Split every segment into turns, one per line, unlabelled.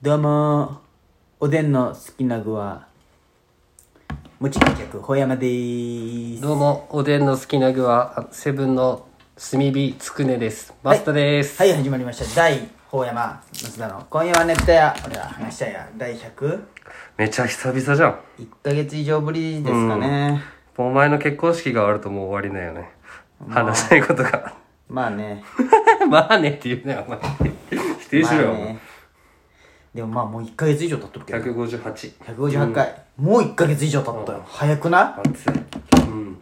どうもおでんの好きな具はもち客ほやまでーす
どうも、おでんの好きな具は、あセブンの炭火つくねです。マスタです。
はい始まりました第ほやま松田の今夜は熱帯夜俺は話したや第101
めちゃ久々じゃん。
ヶ月以上ぶりですかね、
お前の結婚式があるともう終わりだよね。話したいことが。
まあね
まあねって言うな よ、お前。否定しろよ、
まあねでもまあもう1ヶ月以上経っとる
お
け
前。
ど
158。
158回、もう1ヶ月以上経ったよ、早くな
熱い。うん。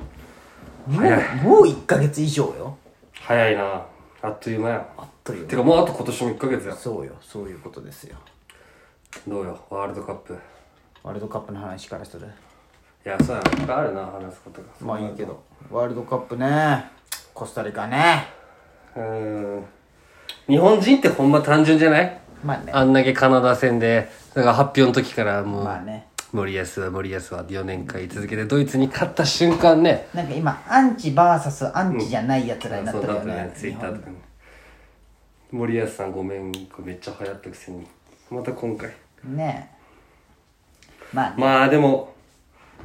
いもうもう1ヶ月以上よ
早いな。あっという間や。
あっという間
てかもうあと今年も1ヶ月や。
そうよそういうことですよ
どうよ、ワールドカップ。い
ワールドカップの話からする
や、そうやな。いっぱいあるな、話すことが。
まあいいけどワールドカップねコスタリカね
うーん。日本人ってほんま単純じゃない
まあね
あんだけカナダ戦で、だから発表の時からもう、
まあね
森保は森保は4年間言い続けて、ドイツに勝った瞬間ね、
なんか今アンチ VS アンチじゃないやつらになってるよ
そうだ
ね
ね、ツイ
日
ッタ
本
ーとかに。森保さんごめん、めっちゃ流行ったくせに。また今回。
ねまあね
まあでも、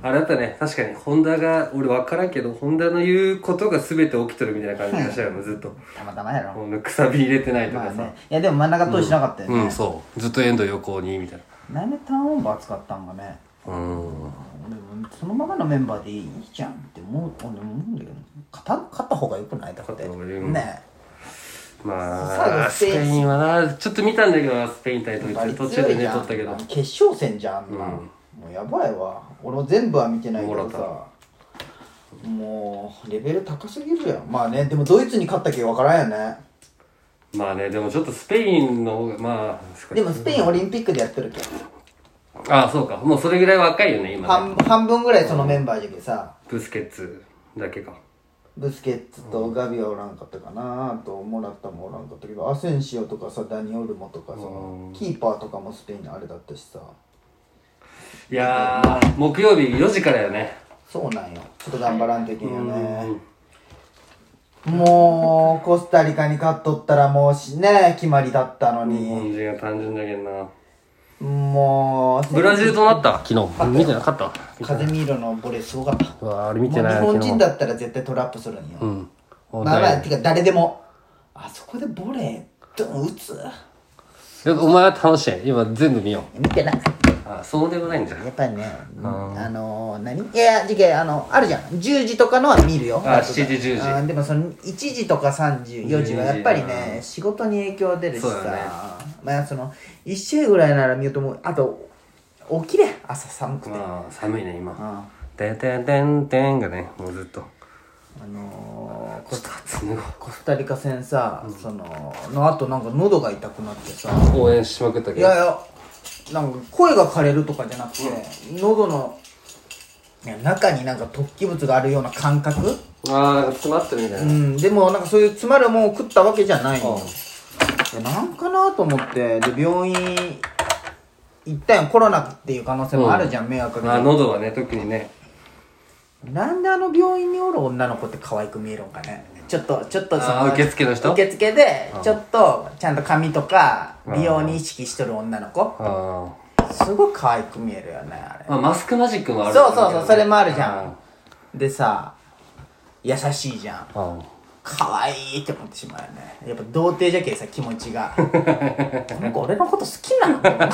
あれだったね、確かに、ホンダが、俺分からんけど、ホンダの言うことが全て起きとるみたいな感じがしたよね、ずっと。
たまたまやろ
このくさび入れてないと
ま
か
あ
さ。
ねいやでも真ん中通しなかったよね、
うん、そう。ずっと遠藤横に、みたい
なんでターンオーバー使ったんかね
な。うん。
でもそのままのメンバーでいいじゃんって思う俺思うんだけど勝た勝った方がよくないだって
勝った方がいいよ
ね最
ま
後
あ、
ス
ス
ペイン
ペインはな、ちょっと見たんだけどな、スペイン対ドイツ、途中で寝とったけど。
決勝戦じゃんあんな、
うん
もうやばいわ俺も全部は見てないけど
も
さもうレベル高すぎるやんまあねでもドイツに勝ったけ分からんよね
まあね、でもちょっとスペインの方が、まあ、少し
でもスペインオリンピックでやってるけん
ああ、そうか。もうそれぐらい若いよね、今
半
ね。
半分ぐらいそのメンバーじゃけさ
ブスケツだけか。
ブスケッツとガビはおらんかったかなあとモラタもおらんかったけどアセンシオとかさダニオルモとかさ
うん
キーパーとかもスペインのあれだったしさ
いやー、木曜日4時からよね。
そうなんよちょっと頑張らんといけんよね
うん
もう、コスタリカに勝っとったらもうしね、決まりだったの
日
に。
本人が単純だけどな。
もう、
ブラジルとなった昨日。見てなかった
カゼミーロのボレーすごかった。
うわあれ見
も
て
う
ない
日
な
本人
昨
だったら絶対トラップするんよ。
日うん。お
まあまあ、
前
てか誰でも。あそこでボレー、ドン打つ。
お前は楽しい。今全部見よ
見てない。
う。あ、そうでもないんじゃん。
やっぱりね、あのー、何いや、じけ、あの、あるじゃん。10時とかのは見るよ。
あ
後で
7時10時
あーでもその、1時とか3時、4時はやっぱりね、仕事に影響出るし
そうだね
さ、まあその、1試合ぐらいなら見ようと思う。あと、起きれ、朝寒くて。
まあ、寒いね、今。
あ
てんてんてんてんがね、もうずっと。
あのー、
ちょっと暑いね
コスタリカ戦さ、その、の後なんか喉が痛くなってさ、
応援しまくった
い
けど
やいや、なんか声が枯れるとかじゃなくて、喉のいや中になんか突起物があるような感覚、
ああなんか詰まってるみた
う
いな、
ん、でもなんかそういう詰まるもんを食ったわけじゃないのよいやなんかなと思って、で、病院行ったんコロナっていう可能性もあるじゃん、迷惑
まあ
が。
喉はね特にね
なんであの病院におる女の子って可愛く見えるんかねちょっと、ちょっとそ
あー受付の人
受付で、ちょっと、ちゃんと髪とか、美容に意識しとる女の子。
あ
すごい可愛く見えるよね、あれ
あ。まあマスクマジックもある
そうそうそうそれもあるじゃ
あ
んでさ優しいじゃん
あ
可愛いって思ってしまうよねやっぱ童貞じゃけさ気持ちが この子俺のこと好きなのかな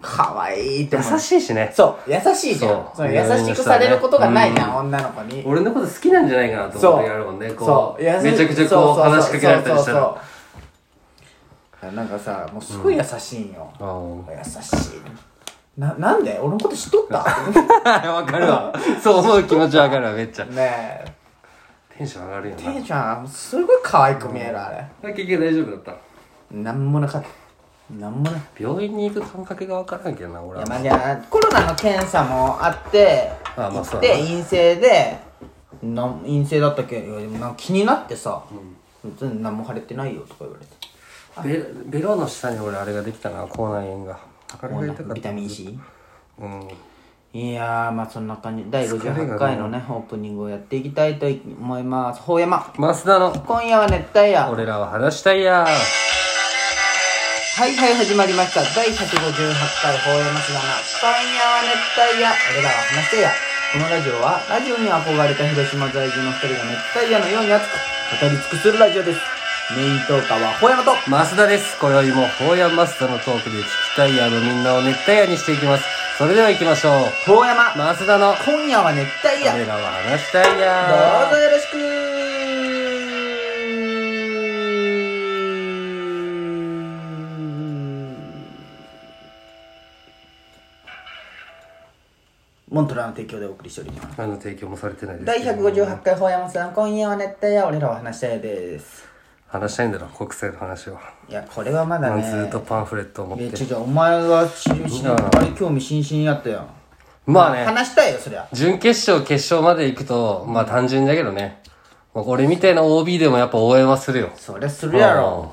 可愛いって思う
優しいしね
そう優しいじゃん
そう
その優しくされることがないじゃん、女の子に
俺のこと好きなんじゃないかなと思ってやるもんねこう
優しい
めちゃくち
そ
ゃこう
そ
話しかけられたりした
そう
ら
そうそうなんかさもうすごい優しいんよ、
あ ー
優しいななんで俺のこと知っとった
わかるわ そう思う気持ちわかるわめっちゃ
ねえ
テンション上がるよ
て
な
イちゃんすごい可愛く見えるあれ
結局大丈夫だった
なんもなかったなんもない
病院に行く感覚がわからんけどな俺
いや
は
まあじゃあコロナの検査もあって
ああまあ
行
そ
っ
うだ
て
な
陰性でなん陰性だったけどいやでもなんか気になってさ「別に何も腫れてないよ」とか言われて
ベベロの下に俺あれができたな口内炎があれが痛かっ
ビタミン C
たうん
いやーまあそんな感じ第58回のねオープニングをやっていきたいと思いますほうやま
増田の
今夜は熱帯夜
俺らは話したいやー
はいはい、始まりました。第158回放映のすだな。今夜は熱帯夜。俺らは話してや。このラジオは、ラジオに憧れた広島在住の二人が熱帯夜のように熱く語り尽くするラジオです。メイントーカーは、ほ山と。
増田です。今宵も、ホーヤマスターのトークで、聞きたいやのみんなを熱帯夜にしていきます。それでは行きましょう。
ほ山、
増田の、
今夜は熱帯夜。ど
俺らは話したいう
ぞ
や
よろしくモントラの提供でお送りしております。
ー。あの提供もされてないです。
第158回法山さん、今夜は熱帯夜、俺らは話したいです。
話したいんだろ、国際の話を。
いや、これはまだね。
ずっとパンフレットを持っ
いや、
て。
ちょちょ、お前がし、し、あんまり興味津々やったやん。
まあね。
話したいよ、そりゃ。
準決勝、決勝まで行くと、まあ単純だけどね。まあ俺みたいな OB でもやっぱ応援はするよ。
そりゃするやろ。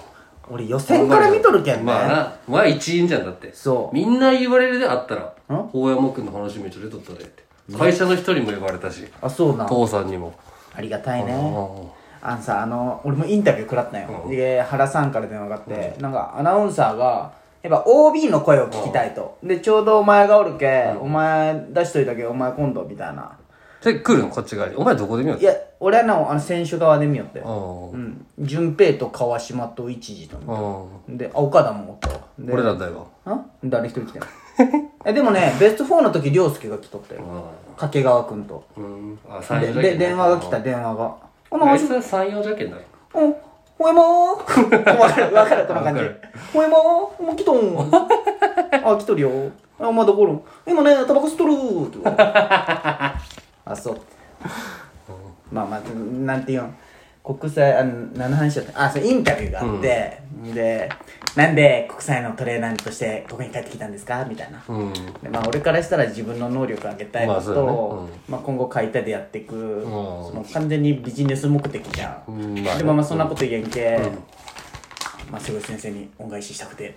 俺予選から見とるけんね。
まあな、まあ一員じゃんだって。
そう
みんな言われるであったら、大山くんの話めっちゃ出とったでって。会社の人にも言われたし、
あ、そうなん。
父さんにも。
ありがたい
あ
ね。
あ
あのさ、あの、俺もインタビュー食らったんよ。で、原さんから電話があって、なんかアナウンサーが、やっぱ OB の声を聞きたいと。で、ちょうどお前がおるけ、お前出しといたけ、お前今度、みたいな。
で、来るのこっち側に。お前どこで見よう
いや、俺はな、あの、選手側で見よって。
あ
うん。順平と川島と一時と。
ああ
で、あ、岡田もおったわ。
あ。
で、
俺らだよ。
ん誰一人来てない。え、でもね、ベスト4の時、凌介が来とったよ。
あ
掛川くんと。
あうん。あ、三
で、
四条
で
件。
電話が来た、電話が。お
あ
前
いつは三四条件だろ。
うん、ほえもー。 わかる、わかる、この感じ
わかる。
ほえもー、もう来と ん。あ、来とるよ。あ、まだこる。今ね、タバコ吸っとるーって言われた。 あ、そう。まあまあ、なんていうん。国際、あの、何の話だったあ、そう、インタビューがあって、で、なんで国際のトレーナーとしてここに帰ってきたんですかみたいな。
うん。
でまあ、俺からしたら自分の能力を上げたいの
まあそう
と、
だね
ま
うん
あ今後解体でやっていく、
ん
その完全にビジネス目的じゃん、
うんまあね
でまあまあそんなこと言えんけ、まあすごい先生に恩返ししたくて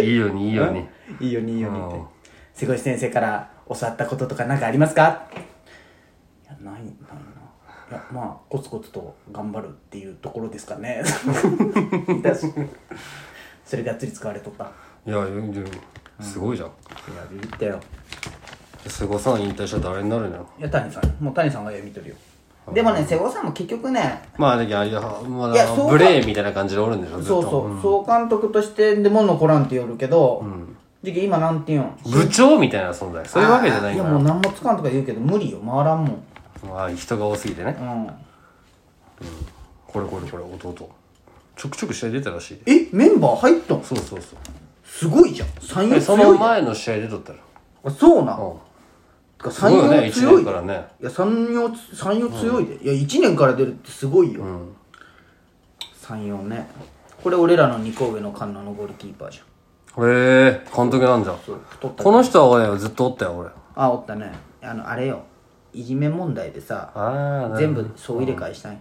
いいように、いいように。
いいよねいいよねって
うん
すごい先生から教わったこととか何かありますかいやないないないやまあコツコツと頑張るっていうところですか ねだしそれがっつり使われとったい
いや、いやでもすごいじゃん。
やビビったよ
瀬古さん引退したら誰になるんやろ。
いや谷さんもう谷さんが絵見とるよでもね瀬尾さんも結局ね
まあ、だけどあれだ、まあ
いやそうか
ブレーみたいな感じでおるんでしょ、ずっ
そ
と。
うそう総監督としてでも残らんって言おるけどじき今なんて言うん
部長みたいな存在。そういうわけじゃない
い
か
や
ら。
もう何もつかんとか言うけど無理よ回らんもん
まあ、人が多すぎてね
う。ん
これこれこれ、弟。ちょくちょく試合出たらしいで。
えメンバー入ったん
そうそうそう。
すごいじゃん三
で
遊
そ
強
の
いじゃん
前の試合出とったら。
あそうな
うん。
てか
すごい
三
よね、
遊
一
強い
年
い
からね。
や三遊三遊強いでいや一年から出るってすごいよ
ん
三遊ねこれ俺らの二個上のカンナのゴールキーパーじゃん
へえ、監督なんじゃん。
そう太った
この人は俺ずっとおったよ、俺。
あおったねあのあれよいじめ問題でさ
ああ、
全部総入れ替えしたんよ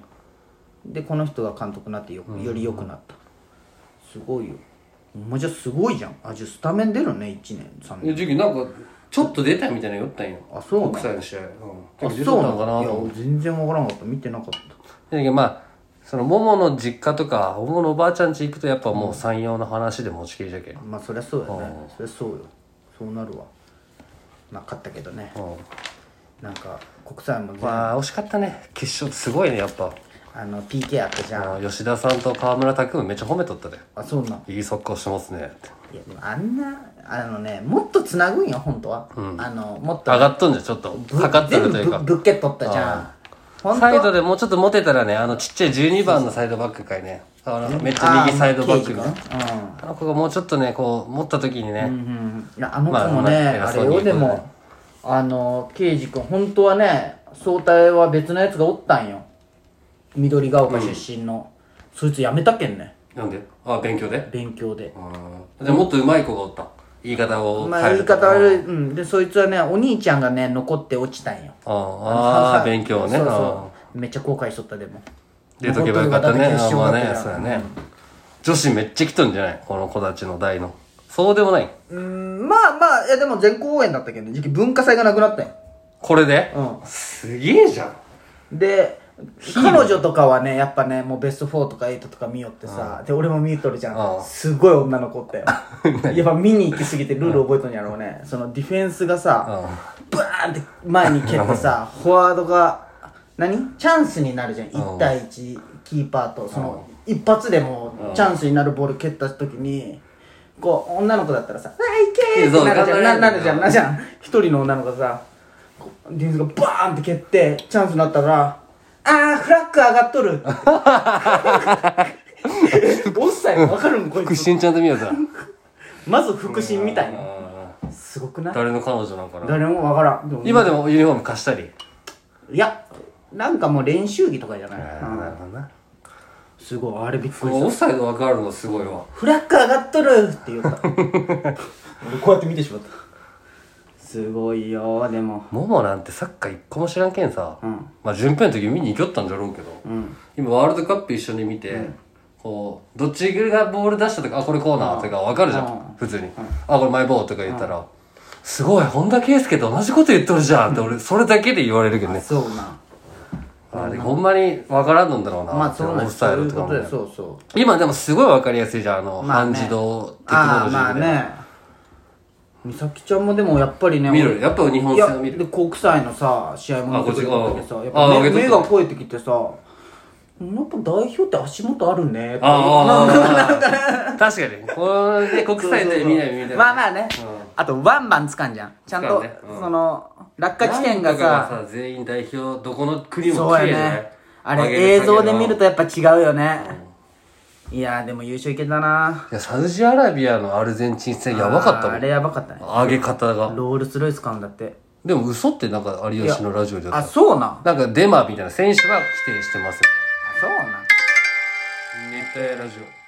でこの人が監督になってよより良くなったすごいよお前じゃすごいじゃんあじゃあスタメン出るね1年3年
時期なんか、ちょっと出たみたいなの言ったんよ。
あそうなん
国際の試合。うん。
あ
出
そ
と
う
った
な
のかなと
のい
思
や
って
俺全然わからんかった見てなかった
だけどまあその桃の実家とか桃のおばあちゃん家行くとやっぱもう山陽の話で持ちきりじゃけん、
まあそりゃそうやねそりゃそうよそうなるわなかったけどね
うん
なんか国際も全部
まあ惜しかったね決勝すごいねやっぱ
あの PK あったじゃん
あの吉田さんと川村拓夢めっちゃ褒めとったで
あそうなん
いいサッカーしてますねって
いやでもあんなあのねもっとつなぐんよ本当はあのもっと
上がっとんじゃんちょっと
ぶ
かかってるという
全
か
部ぶぶっけ取ったじゃん本当
サイドでもうちょっと持てたらねあのちっちゃい12番のサイドバックかいねあのめっちゃ右サイドバックみたいな
あー
あの子がもうちょっとねこう持った時に
うん
ね、
うんいやあの子もね、
まあ
あ、
まあ偉
れ
そうに
よ
言うけ
で
どね
もあの刑事君本当はね総体は別のやつがおったんよ緑ヶ丘出身の、そいつ辞めたけんね
なんであ勉強で
勉強で
うんでもっと上手い子がおった言い方を
まあ言い方悪い、うん、でそいつはねお兄ちゃんがね残って落ちたんよ
あ
あの
ああ
ハンサ
あ勉強ね
そう
あ
そうめっちゃ後悔しとったでも
あ出とけばよかったね
本当に
ああ
決
まあ
勝だ
ね
った
そう
から
やね女子めっちゃ来とんじゃないこの子たちの代のそうでもない
うんまあまあいやでも全公演だったけど時期文化祭がなくなったんよ
これで
うん
すげえじゃん
で彼女とかはねやっぱねもうベスト4とか8とか見よってさ、で俺も見とるじゃん、
うん
すごい女の子 ってやっぱ見に行きすぎてルール覚えとんやろうね、そのディフェンスがさ、バーンって前に蹴ってさフォワードが何チャンスになるじゃん1対1キーパーとその一発でもうチャンスになるボール蹴った時にこう女の子だったらさ「あいけ!」ってなるじゃんななるじゃんなるじゃん一人の女の子がさこうディフェンスがバーンって蹴ってチャンスになったら「あーフラッグ上がっと る」おっさんわかるもんこい
腹
つ
心ちゃんと見ようさ
まず腹心みたいなすごくない
誰の彼女なんかな
誰もわからんでも
今でもユニフォーム貸したり
いやなんかもう練習着とかじゃない、うん
るほどな
すごいあれびっくりした
オフサイド分かるのすごいわ
フラッグ上がっとるって言った 俺こうやって見てしまったすごいよでも
モモなんてサッカー一個も知らんけんさ、
うん
まあ順平の時見に行きよったんじゃろうけど、
うん
今ワールドカップ一緒に見て、こうどっちがボール出したとかあこれコーナーとか分かるじゃん、
うん
普通に、あこれマイボールとか言ったら、すごい本田圭佑と同じこと言っとるじゃんって俺それだけで言われるけどね
そうな
あれほんまに分からんのんだろうな、
まあそう
オ
なん
フサイ
そう
ド
いう
とか
こ
も
と
ね、
でそうそう
今でもすごい分かりやすいじゃんあの、
まあね
半自動テクノ
あ
ロ
あ
ジー
まあ
みたいな、
ね美咲ちゃんもでもやっぱりね
見るやっぱ日本
いや
戦を見
で
る
国際のさ試合も見てくれたけどさ
あこっち
やっ
あ
ぱ
上
目
げとった
目が肥えてきてさやっぱ代表って足元あるねって
ああ確かにこれで国
そうそう
際
そう
で見ないみたいな
まあまあね、
うん
あとワンバン掴んじゃんちゃんと、
掴んねうん
その落下地点が
なん
さ
とかが全員代表どこの国も
そう
綺麗
や
だ
ね
ね
あ
上
れ
げ
映
下げ
像
が
で見るとやっぱ違うよね、いやーでも優勝いけたない
やサウジアラビアのアルゼンチン戦やばかった
あー
も
あ
ん
れやばかったね
上げ方が
ロールスロイス買うんだって
でも嘘ってなんか有吉のラジオでや
あ
っ
そうなんあ
たなんかデマみたいな選手が否定してます
そうなん
みたいな熱帯ラジオ